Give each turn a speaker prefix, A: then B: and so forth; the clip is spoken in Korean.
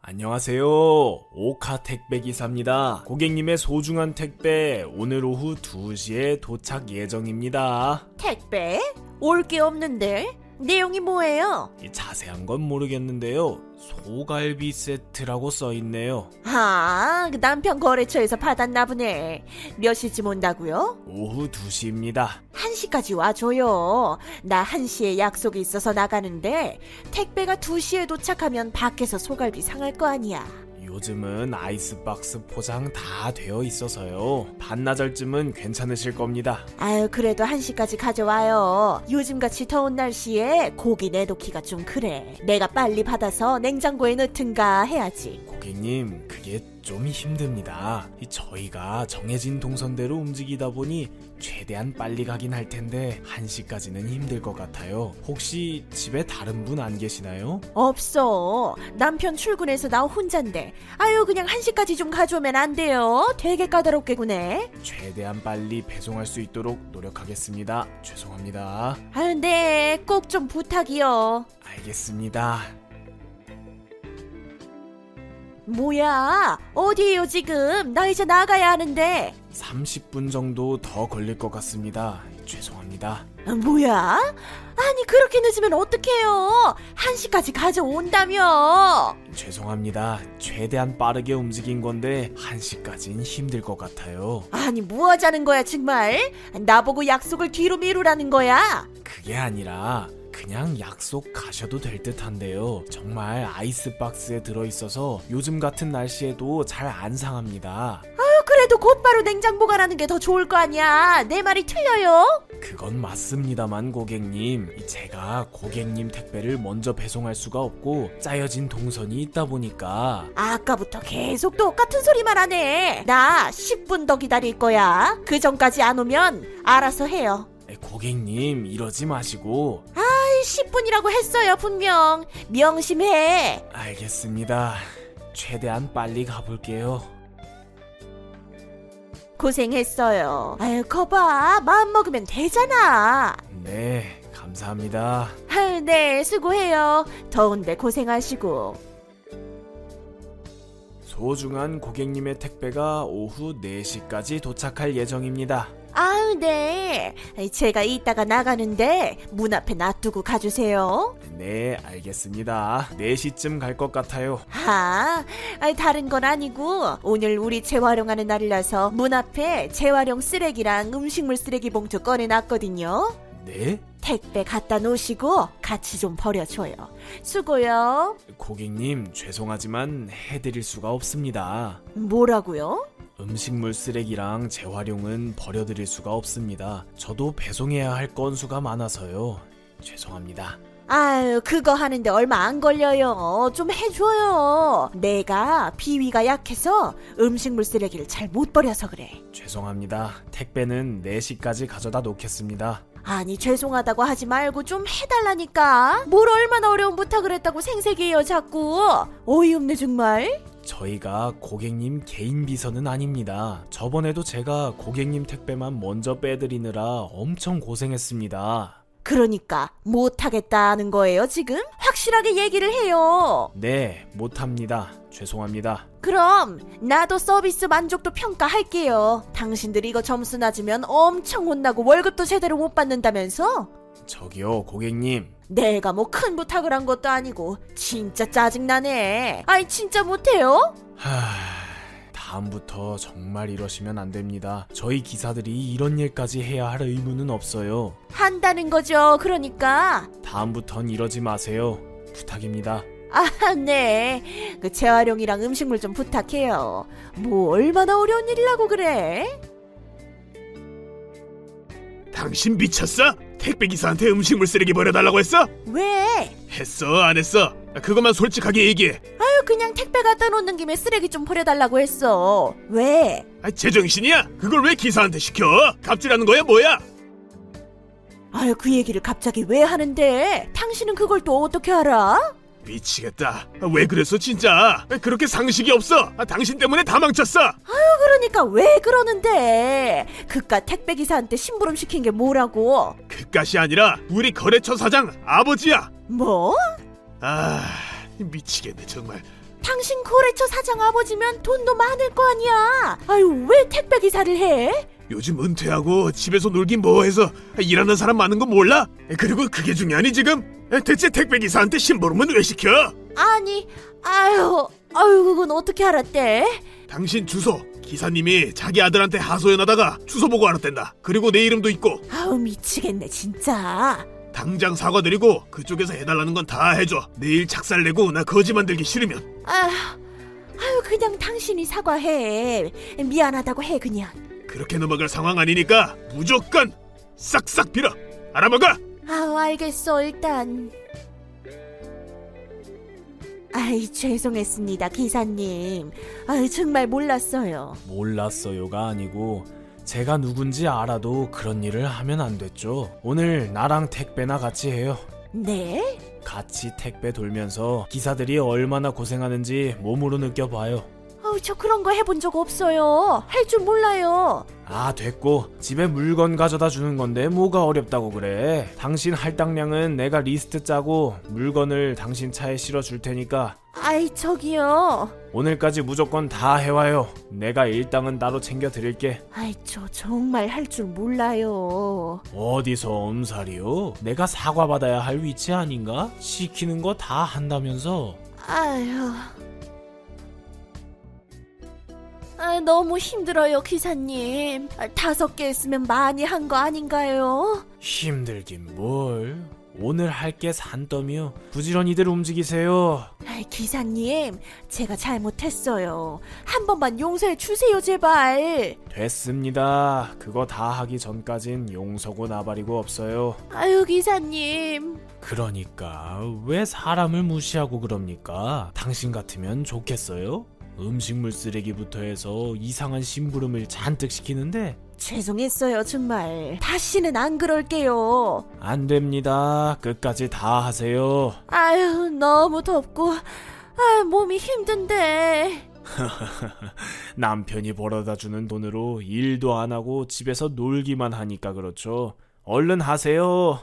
A: 안녕하세요. 오카 택배 기사입니다. 고객님의 소중한 택배 오늘 오후 2시에 도착 예정입니다.
B: 택배? 올 게 없는데? 내용이 뭐예요?
A: 이 자세한 건 모르겠는데요. 소갈비 세트라고 써 있네요.
B: 아, 그 남편 거래처에서 받았나 보네. 몇 시쯤 온다고요?
A: 오후 2시입니다.
B: 1시까지 와줘요. 나 1시에 약속이 있어서 나가는데 택배가 2시에 도착하면 밖에서 소갈비 상할 거 아니야.
A: 요즘은 아이스박스 포장 다 되어 있어서요. 반나절쯤은 괜찮으실 겁니다.
B: 아유, 그래도 1시까지 가져와요. 요즘같이 더운 날씨에 고기 내놓기가 좀 그래. 내가 빨리 받아서 냉장고에 넣든가 해야지.
A: 고객님, 그게 좀 힘듭니다. 이 저희가 정해진 동선대로 움직이다 보니 최대한 빨리 가긴 할 텐데 1시까지는 힘들 것 같아요. 혹시 집에 다른 분 안 계시나요?
B: 없어. 남편 출근해서 나 혼잔데. 아유, 그냥 한시까지 좀 가져오면 안 돼요? 되게 까다롭게 구네.
A: 최대한 빨리 배송할 수 있도록 노력하겠습니다. 죄송합니다.
B: 아유, 네. 꼭 좀 부탁이요.
A: 알겠습니다.
B: 뭐야? 어디에요, 지금? 나 이제 나가야 하는데.
A: 30분 정도 더 걸릴 것 같습니다. 죄송합니다.
B: 아, 뭐야? 아니, 그렇게 늦으면 어떡해요? 한시까지 가져온다며.
A: 죄송합니다. 최대한 빠르게 움직인 건데 1시까지는 힘들 것 같아요.
B: 아니, 뭐 하자는 거야, 정말? 나보고 약속을 뒤로 미루라는 거야?
A: 그게 아니라 그냥 약속 가셔도 될 듯한데요. 정말 아이스박스에 들어있어서 요즘 같은 날씨에도 잘 안 상합니다.
B: 아유, 어, 그래도 곧바로 냉장 보관하는 게 더 좋을 거 아니야. 내 말이 틀려요?
A: 그건 맞습니다만 고객님, 제가 고객님 택배를 먼저 배송할 수가 없고 짜여진 동선이 있다 보니까
B: 아까부터 계속 똑같은 소리만 하네. 나 10분 더 기다릴 거야. 그 전까지 안 오면 알아서 해요.
A: 고객님 이러지 마시고
B: 10분이라고 했어요, 분명. 명심해.
A: 알겠습니다. 최대한 빨리 가볼게요.
B: 고생했어요. 아유, 거봐. 마음 먹으면 되잖아.
A: 네, 감사합니다.
B: 아유, 네, 수고해요. 더운데 고생하시고.
A: 소중한 고객님의 택배가 오후 4시까지 도착할 예정입니다.
B: 아유, 네. 제가 이따가 나가는데 문 앞에 놔두고 가주세요.
A: 네, 알겠습니다. 4시쯤 갈 것 같아요.
B: 아, 아이, 다른 건 아니고 오늘 우리 재활용하는 날이라서 문 앞에 재활용 쓰레기랑 음식물 쓰레기 봉투 꺼내놨거든요.
A: 네?
B: 택배 갖다 놓으시고 같이 좀 버려줘요. 수고요.
A: 고객님, 죄송하지만 해드릴 수가 없습니다.
B: 뭐라고요?
A: 음식물 쓰레기랑 재활용은 버려드릴 수가 없습니다. 저도 배송해야 할 건수가 많아서요. 죄송합니다.
B: 아유, 그거 하는데 얼마 안 걸려요. 좀 해줘요. 내가 비위가 약해서 음식물 쓰레기를 잘 못 버려서 그래.
A: 죄송합니다. 택배는 4시까지 가져다 놓겠습니다.
B: 아니 죄송하다고 하지 말고 좀 해달라니까 뭘 얼마나 어려운 부탁을 했다고 생색이에요 자꾸 어이없네 정말
A: 저희가 고객님 개인 비서는 아닙니다. 저번에도 제가 고객님 택배만 먼저 빼드리느라 엄청 고생했습니다.
B: 그러니까 못하겠다는 거예요 지금 확실하게 얘기를 해요
A: 네, 못합니다. 죄송합니다.
B: 그럼 나도 서비스 만족도 평가할게요 당신들이 이거 점수 낮으면 엄청 혼나고 월급도 제대로 못 받는다면서
A: 저기요, 고객님.
B: 내가 뭐 큰 부탁을 한 것도 아니고 진짜 짜증나네 아이 진짜 못해요
A: 하... 다음부터 정말 이러시면 안 됩니다. 저희 기사들이 이런 일까지 해야 할 의무는 없어요.
B: 한다는 거죠 그러니까
A: 다음부턴 이러지 마세요. 부탁입니다.
B: 아, 네. 그 재활용이랑 음식물 좀 부탁해요. 뭐 얼마나 어려운 일이라고 그래?
C: 당신 미쳤어? 택배기사한테 음식물 쓰레기 버려달라고 했어?
B: 왜?
C: 했어 안 했어? 그것만 솔직하게 얘기해
B: 아유, 그냥 택배 갖다 놓는 김에 쓰레기 좀 버려달라고 했어. 왜?
C: 아, 제정신이야? 그걸 왜 기사한테 시켜? 갑질하는 거야 뭐야?
B: 아유, 그 얘기를 갑자기 왜 하는데? 당신은 그걸 또 어떻게 알아?
C: 미치겠다 아, 왜 그랬어 진짜 아, 그렇게 상식이 없어 아, 당신 때문에 다 망쳤어
B: 그러니까 왜 그러는데? 그깟 택배 기사한테 심부름 시킨 게 뭐라고?
C: 그것이 아니라 우리 거래처 사장 아버지야
B: 뭐?
C: 아 미치겠네 정말
B: 당신 거래처 사장 아버지면 돈도 많을 거 아니야. 아유, 왜 택배 기사를 해?
C: 요즘 은퇴하고 집에서 놀긴 뭐해서 일하는 사람 많은 거 몰라? 그리고 그게 중요하니 지금? 대체 택배 기사한테 심부름은 왜 시켜?
B: 아니, 아유, 아유, 그건 어떻게 알았대?
C: 당신 주소 기사님이 자기 아들한테 하소연하다가 주소 보고 알았댄다. 그리고 내 이름도 있고
B: 아우, 미치겠네, 진짜.
C: 당장 사과드리고 그쪽에서 해달라는 건 다 해줘. 내일 착살 내고 나 거지 만들기 싫으면
B: 아, 아유, 그냥 당신이 사과해. 미안하다고 해, 그냥.
C: 그렇게 넘어갈 상황 아니니까 무조건 싹싹 빌어. 알아먹어.
B: 아우, 알겠어, 일단. 아이, 죄송했습니다, 기사님. 아유, 정말 몰랐어요.
A: 몰랐어요가 아니고 제가 누군지 알아도 그런 일을 하면 안 됐죠. 오늘 나랑 택배나 같이 해요.
B: 네?
A: 같이 택배 돌면서 기사들이 얼마나 고생하는지 몸으로 느껴봐요.
B: 아우, 저 그런 거 해본 적 없어요. 할 줄 몰라요.
A: 아, 됐고. 집에 물건 가져다 주는 건데 뭐가 어렵다고 그래. 당신 할당량은 내가 리스트 짜고 물건을 당신 차에 실어 줄 테니까
B: 아이, 저기요.
A: 오늘까지 무조건 다 해와요. 내가 일당은 따로 챙겨 드릴게.
B: 아이, 저 정말 할 줄 몰라요.
A: 어디서 엄살이요? 내가 사과받아야 할 위치 아닌가? 시키는 거 다 한다면서.
B: 아휴. 아, 너무 힘들어요, 기사님. 아, 다섯 개 했으면 많이 한 거 아닌가요?
A: 힘들긴 뭘. 오늘 할 게 산더미요. 부지런히들 움직이세요.
B: 아, 기사님, 제가 잘못했어요. 한 번만 용서해 주세요, 제발.
A: 됐습니다. 그거 다 하기 전까진 용서고 나발이고 없어요.
B: 아유, 기사님.
A: 그러니까 왜 사람을 무시하고 그럽니까? 당신 같으면 좋겠어요? 음식물 쓰레기부터 해서 이상한 심부름을 잔뜩 시키는데
B: 죄송했어요, 정말. 다시는 안 그럴게요.
A: 안 됩니다. 끝까지 다 하세요.
B: 아유, 너무 덥고, 아, 몸이 힘든데.
A: 남편이 벌어다 주는 돈으로 일도 안 하고 집에서 놀기만 하니까 그렇죠. 얼른 하세요.